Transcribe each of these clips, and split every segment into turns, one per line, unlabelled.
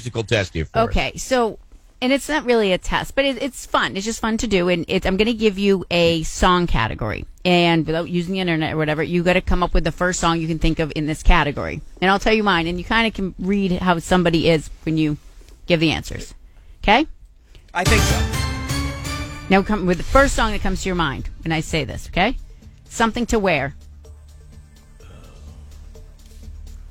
physical test here for us.
Okay, so and it's not really a test, but it, it's fun. It's just fun to do, and it's, I'm going to give you a song category, and without using the internet or whatever, you got to come up with the first song you can think of in this category, and I'll tell you mine, and you kind of can read how somebody is when you give the answers. Okay,
I think so.
now come with the first song that comes to your mind when I say this. Okay, something to wear.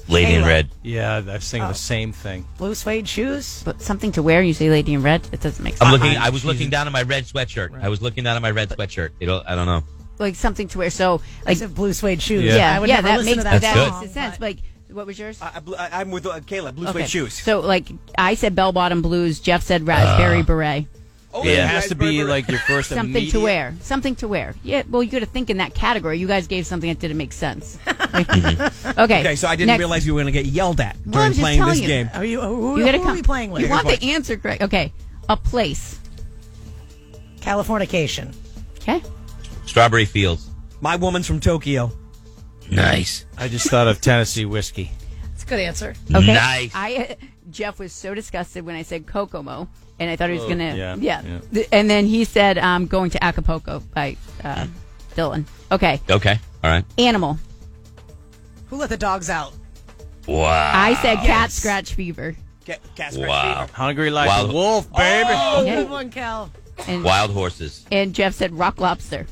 Lady in
Kayla.
Red.
Yeah, I was
Oh.
thinking the same thing.
Blue suede shoes.
But something to wear, and you say "Lady in Red." It doesn't make sense.
I'm looking.
I-
I was looking
she's-
down at my red sweatshirt. I was looking down at my red sweatshirt. It'll. I don't know.
like something to wear. So,
I
like,
said blue suede shoes.
Yeah.
yeah,
I would
yeah,
never
that
listen
makes
to that,
That's
that
good.
song,
makes sense.
but-
Like, what was yours?
I, I, am with uh, Kayla. Blue
Okay.
suede shoes.
So, like, I said bell bottom blues. Jeff said raspberry beret.
oh,
Yeah.
yeah.
It has to be like your first
Something
immediate-
to wear. Something to wear. Yeah, well, you got to think in that category. You guys gave something that didn't make sense. okay.
Okay, so I didn't
next.
realize you were going to get yelled at
I'm
during
just
playing
telling
this
you.
game.
Are you? Who,
You
who
gotta
are
come.
we playing with?
You want the answer correct. Okay. A place.
Californication.
Okay.
Strawberry Fields.
My woman's from Tokyo.
Nice.
I just thought of Tennessee whiskey.
It's a good answer.
Okay.
Nice.
I Jeff was so disgusted when I said Kokomo, and I thought he was gonna
yeah,
yeah.
yeah.
Th- And then he said, "I'm going to Acapulco" by uh, Dylan. Okay.
Okay. All right.
Animal.
Who let the dogs out?
Wow.
I said
Ah,
cat scratch fever.
Cat, cat scratch
Wow.
fever.
Hungry like
Wild-
a wolf, baby.
Oh,
Yeah.
good one, Cal.
And
Wild horses.
and Jeff said rock lobster.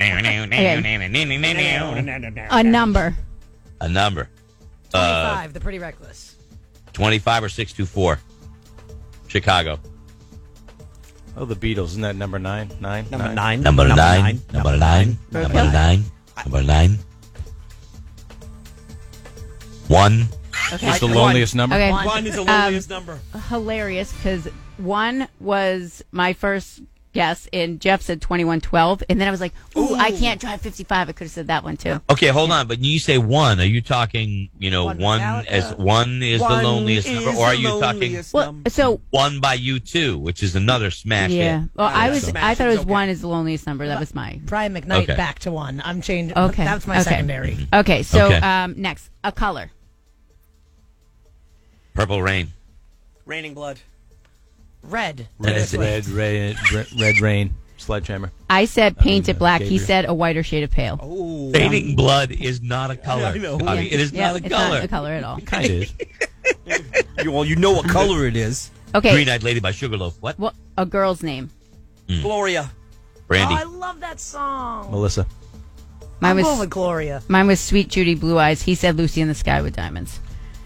Uh, A number.
A number.
Uh,
Twenty-five. the Pretty Reckless.
Twenty-five or six two four. Chicago.
Oh, the Beatles. Isn't that number nine? Nine?
Number
nine.
nine.
Number nine. Number nine. Number
Okay.
nine. Number nine. One.
It's the
One.
loneliest number.
Okay.
One is the loneliest number.
Hilarious because one was my first guess, and Jeff said twenty-one twelve, and then I was like, "Ooh, I can't drive fifty-five." I could have said that one too.
Okay, hold on. But you say one. Are you talking? You know,
One
one,
without
as
a-
one is
uh, One
the loneliest
is
number, or are
the
you talking
loneliest
Well,
number.
so
one by you two, which is another smash
yeah.
hit?
Well, I was.
Smash
I thought it
is
was
okay.
one is the loneliest number. That was my.
Brian McKnight
Okay.
back to one. I'm changing.
Okay.
That's my
okay. Mm-hmm.
secondary.
Okay. So
Okay.
um, next, a color.
Purple Rain.
Raining blood.
Red.
That
Red,
is it.
red, red, red, red rain. Sledgehammer.
I said painted
no,
black. He
Gabriel.
said a whiter shade of pale.
Oh,
Fading blood is not a color.
I know.
Tommy. Oh, it is
Yeah,
not a
it's
color.
not a color at all.
Kind of is.
You- well, you know what color it is.
Okay.
Green Eyed Lady by Sugarloaf. What?
What a girl's name?
Hmm.
Gloria.
Brandy.
Oh, I love that song.
Melissa.
Mine
I'm
was
going with Gloria.
mine was Sweet Judy Blue Eyes. He said Lucy in the Sky with Diamonds.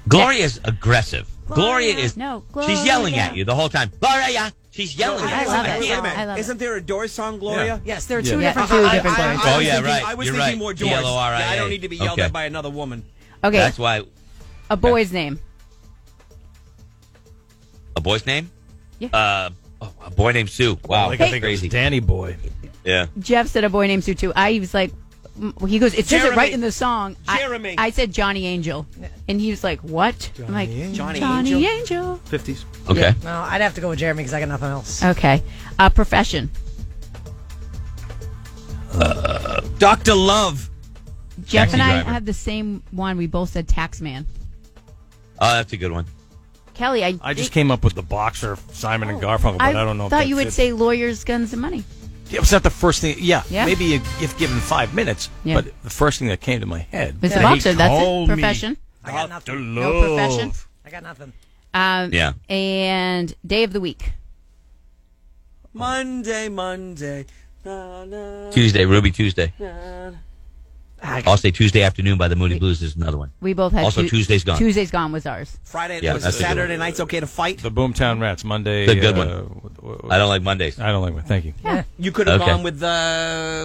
Gloria is aggressive. Gloria,
Gloria.
is.
No,
She's yelling
Gloria.
at you the whole time. Gloria. She's yelling
Wait
I
at
a
you.
love
minute,
it.
wait a minute.
I love it.
Isn't there a Doors song, Gloria?
Yes, there are two
Yeah.
different
Yeah, two
songs.
different
I,
songs.
I
Oh,
was
yeah,
thinking,
right.
I was
You're
thinking
right.
more Doors.
D-L-O-R-I-A.
Yeah, I don't need to be yelled
Okay.
at by another woman.
Okay.
That's why
a boy's name.
a boy's name.
Yeah.
Uh, oh, a boy named Sue. Wow,
Like, I
that's
think it was
crazy.
Danny Boy.
Yeah.
Jeff said a boy named Sue too. I was like, m- he goes, it says it
Jeremy.
right in the song. I-
Jeremy.
I, said Johnny Angel, and he was like, what? I'm like,
Johnny
Johnny
Angel.
Angel.
Fifties.
Okay.
No, I'd have to go with Jeremy because I got nothing else.
Okay. Uh, profession.
Dr. Love.
Jeff
Taxi
and I
driver.
have the same one. We both said Taxman.
Oh, that's a good one.
Kelly, I
I just
think-
came up with the boxer Simon and Garfunkel, but I, don't know. if
Oh, Thought
that
you would
fits.
say lawyers, guns, and money.
Yeah, it's not the first thing. Yeah,
Yeah.
maybe if if given five minutes,
Yeah.
but the first thing that came to my head.
Mr.
He
Boxer, that's it.
called me
Profession.
I got
Dr.
nothing.
Love.
No profession.
I got nothing.
Um,
Yeah.
And day of the week.
Monday, Monday. Na, na.
Tuesday, Ruby Tuesday.
I
I'll say Tuesday afternoon by the Moody Blues is another one.
We both had
Also, Tuesday's gone.
Tuesday's gone was ours.
Friday
Yeah,
was
that's a good
Saturday
one.
night's okay to fight.
The Boomtown Rats Monday.
It's a good
uh,
one.
w- w-
I don't like Mondays.
I don't like one. Thank you.
You could have
Okay.
gone with the.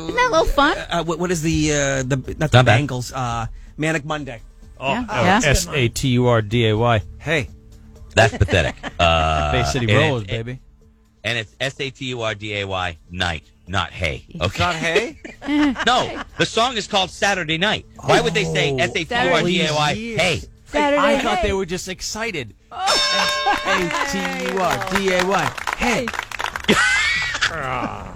Isn't that a little fun?
uh, what, what is the uh, the not, the
Not bad.
Bengals? Uh, Manic Monday.
yeah. yeah.
Oh, S A T U R D A Y. Hey,
That's pathetic. Uh,
Bay City
and it-
Rollers,
it-
baby.
and it's S A T U R D A Y night, not hay.
It's
Okay.
not hay.
no, the song is called Saturday Night. Why would they say S A T U R D A Y
Saturday.
hay?
Saturday
I thought
Hey.
they were just excited. S A T U R D A Y. Hey,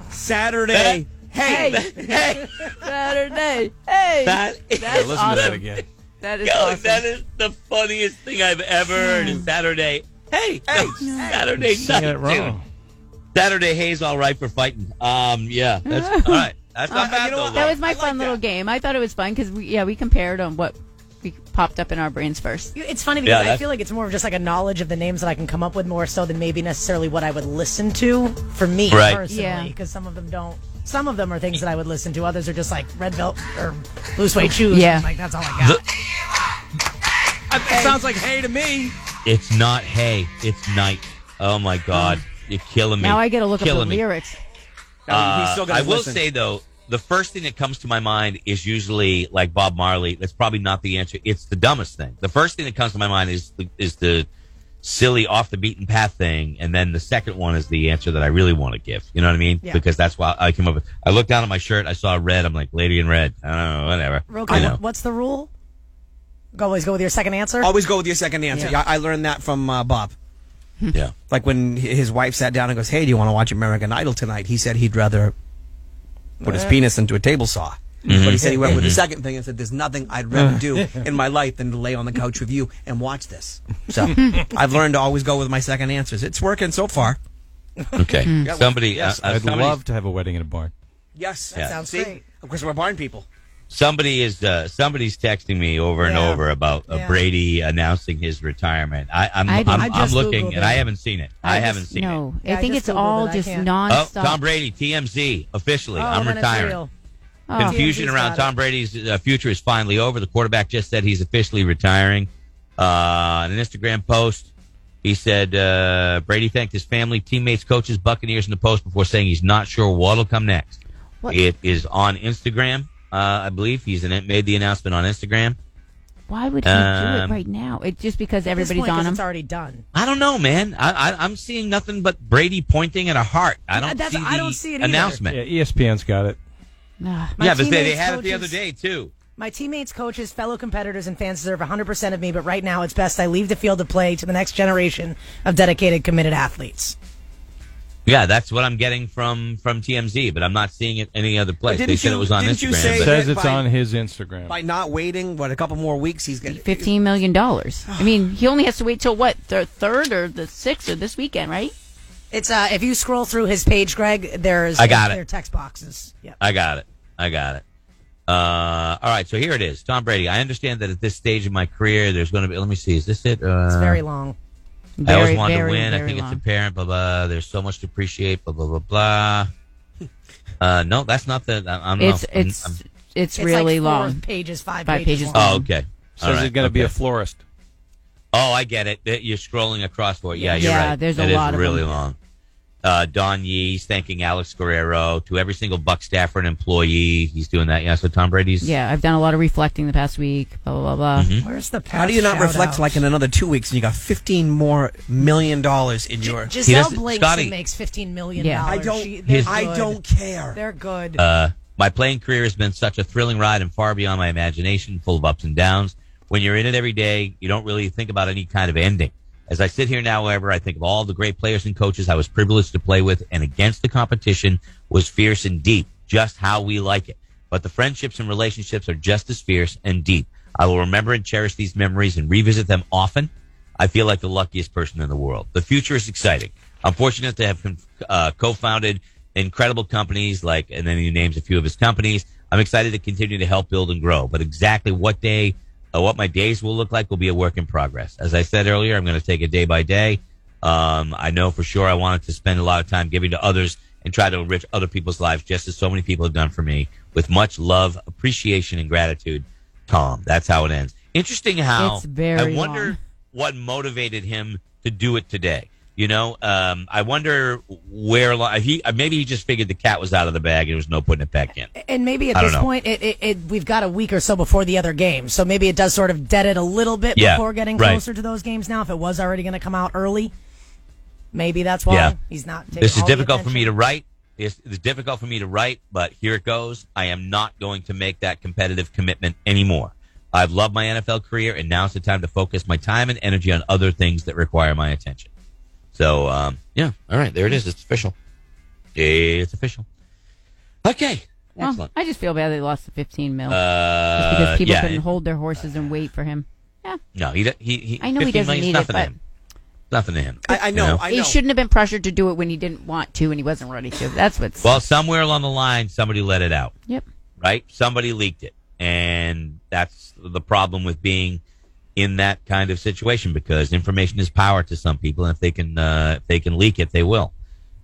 Saturday.
Hey, hey,
Saturday. Hey.
that is,
That's
listen to
awesome.
that again.
That is
Yo,
awesome.
that is the funniest thing I've ever heard. Is Saturday Hey, that's Saturday
Saying
night.
it wrong.
dude. Saturday Hay's all right for fighting. Um, yeah, that's all right. That's not
Uh,
bad
you know
though.
what?
That
Lou.
was my
I like
fun little
that.
game. I thought it was fun because we, yeah, we compared on what we popped up in our brains first.
You- It's funny because
Yeah,
I
that-
feel like it's more of just like a knowledge of the names that I can come up with more so than maybe necessarily what I would listen to for me
Right.
personally.
Yeah.
Because some of them don't. Some of them are things that I would listen to. Others are just like red belt or loose weight shoes.
Yeah.
I'm like that's all I got.
It sounds like hey to me.
It's not hay. It's night. Oh my God, you're killing me.
Now I get to look up
killing
the
me.
lyrics.
I mean,
Uh,
he's still gonna
I will
listen.
say though, the first thing that comes to my mind is usually like Bob Marley. That's probably not the answer. It's the dumbest thing. The first thing that comes to my mind is the, is the silly off the beaten path thing, and then the second one is the answer that I really want to give. You know what I mean?
Yeah.
Because that's why I came up with. I looked down at my shirt. I saw red. I'm like, lady in red. I don't know, whatever.
Real
You
quick,
know.
what's the rule? Go- Always go with your second answer.
Always go with your second answer. Yeah. I, I learned that from uh, Bob.
Yeah.
Like when hi- his wife sat down and goes, "Hey, do you want to watch American Idol tonight?" He said he'd rather put
Uh.
his penis into a table saw. But he said he went with the second thing and said, "There's nothing I'd rather do in my life than to lay on the couch with you and watch this." So I've learned to always go with my second answers. It's working so far.
Okay.
Mm.
Somebody.
Yes,
uh, uh,
I'd
somebody's-
love to have a wedding in a barn.
Yes,
Yeah.
sounds
See?
great.
Of course, we're barn people.
somebody is uh, somebody's texting me over and
Yeah.
over about uh,
Yeah.
Brady announcing his retirement. I, I'm
I
I am
didn't-
i
I
am
just
looking
Googled
and I
it.
haven't seen it. I, haven't seen it.
No,
Yeah, I
I think
just
it's
Googled
all
it. I
just
can't.
Oh,
nonstop.
Tom Brady, TMZ officially.
Oh,
I'm
then it's
retiring.
real.
Confusion
TMZ's
around
Oh, got it.
Tom Brady's uh, future is finally over. The quarterback just said he's officially retiring. Uh, in an Instagram post, he said uh, Brady thanked his family, teammates, coaches, Buccaneers in the post before saying he's not sure what'll come next.
What?
It is on Instagram, uh, I believe. He's an, made the announcement on Instagram.
Why would he do it
Um,
right now? It's just because
At this
everybody's
point, 'cause
on him.
It's already done.
I don't know, man. I, I, I'm seeing nothing but Brady pointing at a heart. I don't
That's-
see the
I don't see it either.
announcement.
Yeah, E ESPN's got it.
Ugh.
My
yeah, but they, they
teammates,
had it the other
coaches-
day too.
My teammates, coaches, fellow competitors, and fans deserve 100% of me, but right now it's best I leave the field to play to the next generation of dedicated, committed athletes.
Yeah, that's what I'm getting from from TMZ, but I'm not seeing it any other place.
But
They
didn't
said
you-
it was on
didn't
Instagram.
you say-
but-
Says
By-
it's on his Instagram.
By not waiting, what a couple more weeks, he's gonna
Fifteen million dollars. I mean, he only has to wait till what the third or the sixth or this weekend, right?
It's uh, if you scroll through his page, Greg, there's
I got it.
there are text boxes. Yep.
I got it. I got it. Uh, all right, so here it is, Tom Brady. I understand that at this stage of my career, there's going to be. Let me see. Is this it? Uh,
It's very long.
I
Very,
always wanted
very,
to win. I
very
think
long.
it's apparent. Blah blah. There's so much to appreciate. Blah blah blah blah. Uh, no, that's not the. I, I'm
It's
not, I'm-
it's
I'm-
it's, really
it's like four
long.
pages, five,
Five
pages.
pages
long.
oh, okay.
Says it's going to be a florist.
Oh, I get it. That- You're scrolling across for it. Yeah, you're
Yeah,
right.
there's a
That is
lot of
really
them.
long. Uh, Don Yee's thanking Alex Guerrero to every single Buck Stafford employee. He's doing that. Yeah, so Tom Brady's.
Yeah, I've done a lot of reflecting the past week. Blah blah blah. blah.
Mm-hmm.
Where's the past
How do you not
shout
reflect
out?
like in another two weeks and you got 15 more million dollars in your?
Giselle
doesn't-
Blakely
Scotty-
makes $15 million.
Yeah.
I don't.
She- they're
I
good.
don't care.
They're good.
Uh, my playing career has been such a thrilling ride and far beyond my imagination, full of ups and downs. When you're in it every day, you don't really think about any kind of ending. As I sit here now, however, I think of all the great players and coaches I was privileged to play with, and against the competition was fierce and deep, just how we like it. But the friendships and relationships are just as fierce and deep. I will remember and cherish these memories and revisit them often. I feel like the luckiest person in the world. The future is exciting. I'm fortunate to have con- uh, co-founded incredible companies like, and then he names a few of his companies. I'm excited to continue to help build and grow, but exactly what day, uh, what my days will look like will be a work in progress. As I said earlier, I'm going to take it day by day. Um, I know for sure I wanted to spend a lot of time giving to others and try to enrich other people's lives, just as so many people have done for me. With much love, appreciation, and gratitude, Tom. That's how it ends. Interesting how
It's very
I wonder
long.
what motivated him to do it today. You know, um, I wonder where li- he uh, maybe he just figured the cat was out of the bag and there was no putting it back in.
And maybe
I
at
don't
this
know.
point, it, it, it, we've got a week or so before the other games, so maybe it does sort of dead it a little bit
Yeah,
before getting
right.
closer to those games. Now, if it was already going to come out early, maybe that's why
Yeah.
he's not. Taking
This is
all the
difficult for me to
attention.
write. It's, it's difficult for me to write, but here it goes. I am not going to make that competitive commitment anymore. I've loved my NFL career, and now's the time to focus my time and energy on other things that require my attention. So, um, yeah, all right, there it is. It's official. It's official. Okay,
Well,
excellent.
I just feel bad they lost the fifteen mil
Uh,
just because people
yeah,
couldn't
it-
hold their horses and wait for him. Yeah,
No, he, he, he
I know he
15
doesn't
million's
need it,
nothing to
but
him. nothing to him.
I, I
you
know, I know.
He shouldn't have been pressured to do it when he didn't want to and he wasn't ready to. That's what's.
well, somewhere along the line, somebody let it out.
yep.
right? Somebody leaked it. And that's the problem with being in that kind of situation because information is power to some people. And if they can, uh, if they can leak it, they will,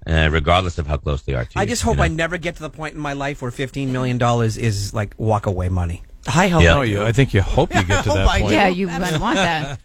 uh, regardless of how close they are to
I
you,
just
you
hope
know?
I never get to the point in my life where fifteen million dollars is like walk away money.
I hope
Yeah.
Oh, you. I think you hope you
Oh
get to
I hope I
that point.
Yeah, you wouldn't want that.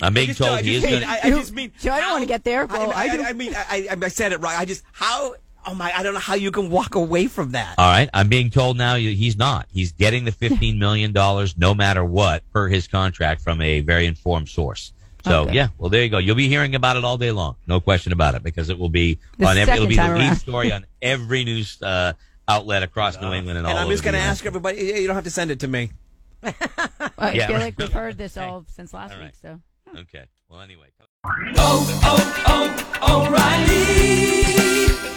I'm being
Just-
told
I
he is
just
going
mean-
to.
I, I just mean.
Joe, I don't wanna get there. Well,
I,
I do.
I, I mean, I, I, I said it right. I just how. Oh my! I don't know how you can walk away from that.
All right. I'm being told now you- he's not. He's getting the $15 million no matter what per his contract from a very informed source. So,
Okay.
yeah, well, there you go. You'll be hearing about it all day long. No question about it because it will be
The
on every, it'll
second
be the
time
lead
around.
story on every news uh, outlet across New England and, all
Uh, and I'm
over
just
the
going to
United
ask
States.
everybody. You you don't have to send it to me.
I
Yeah.
feel like we've heard this all since last
All right.
week, so.
Okay. Well, anyway.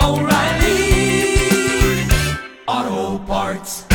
oh, O'Reilly. Auto Parts.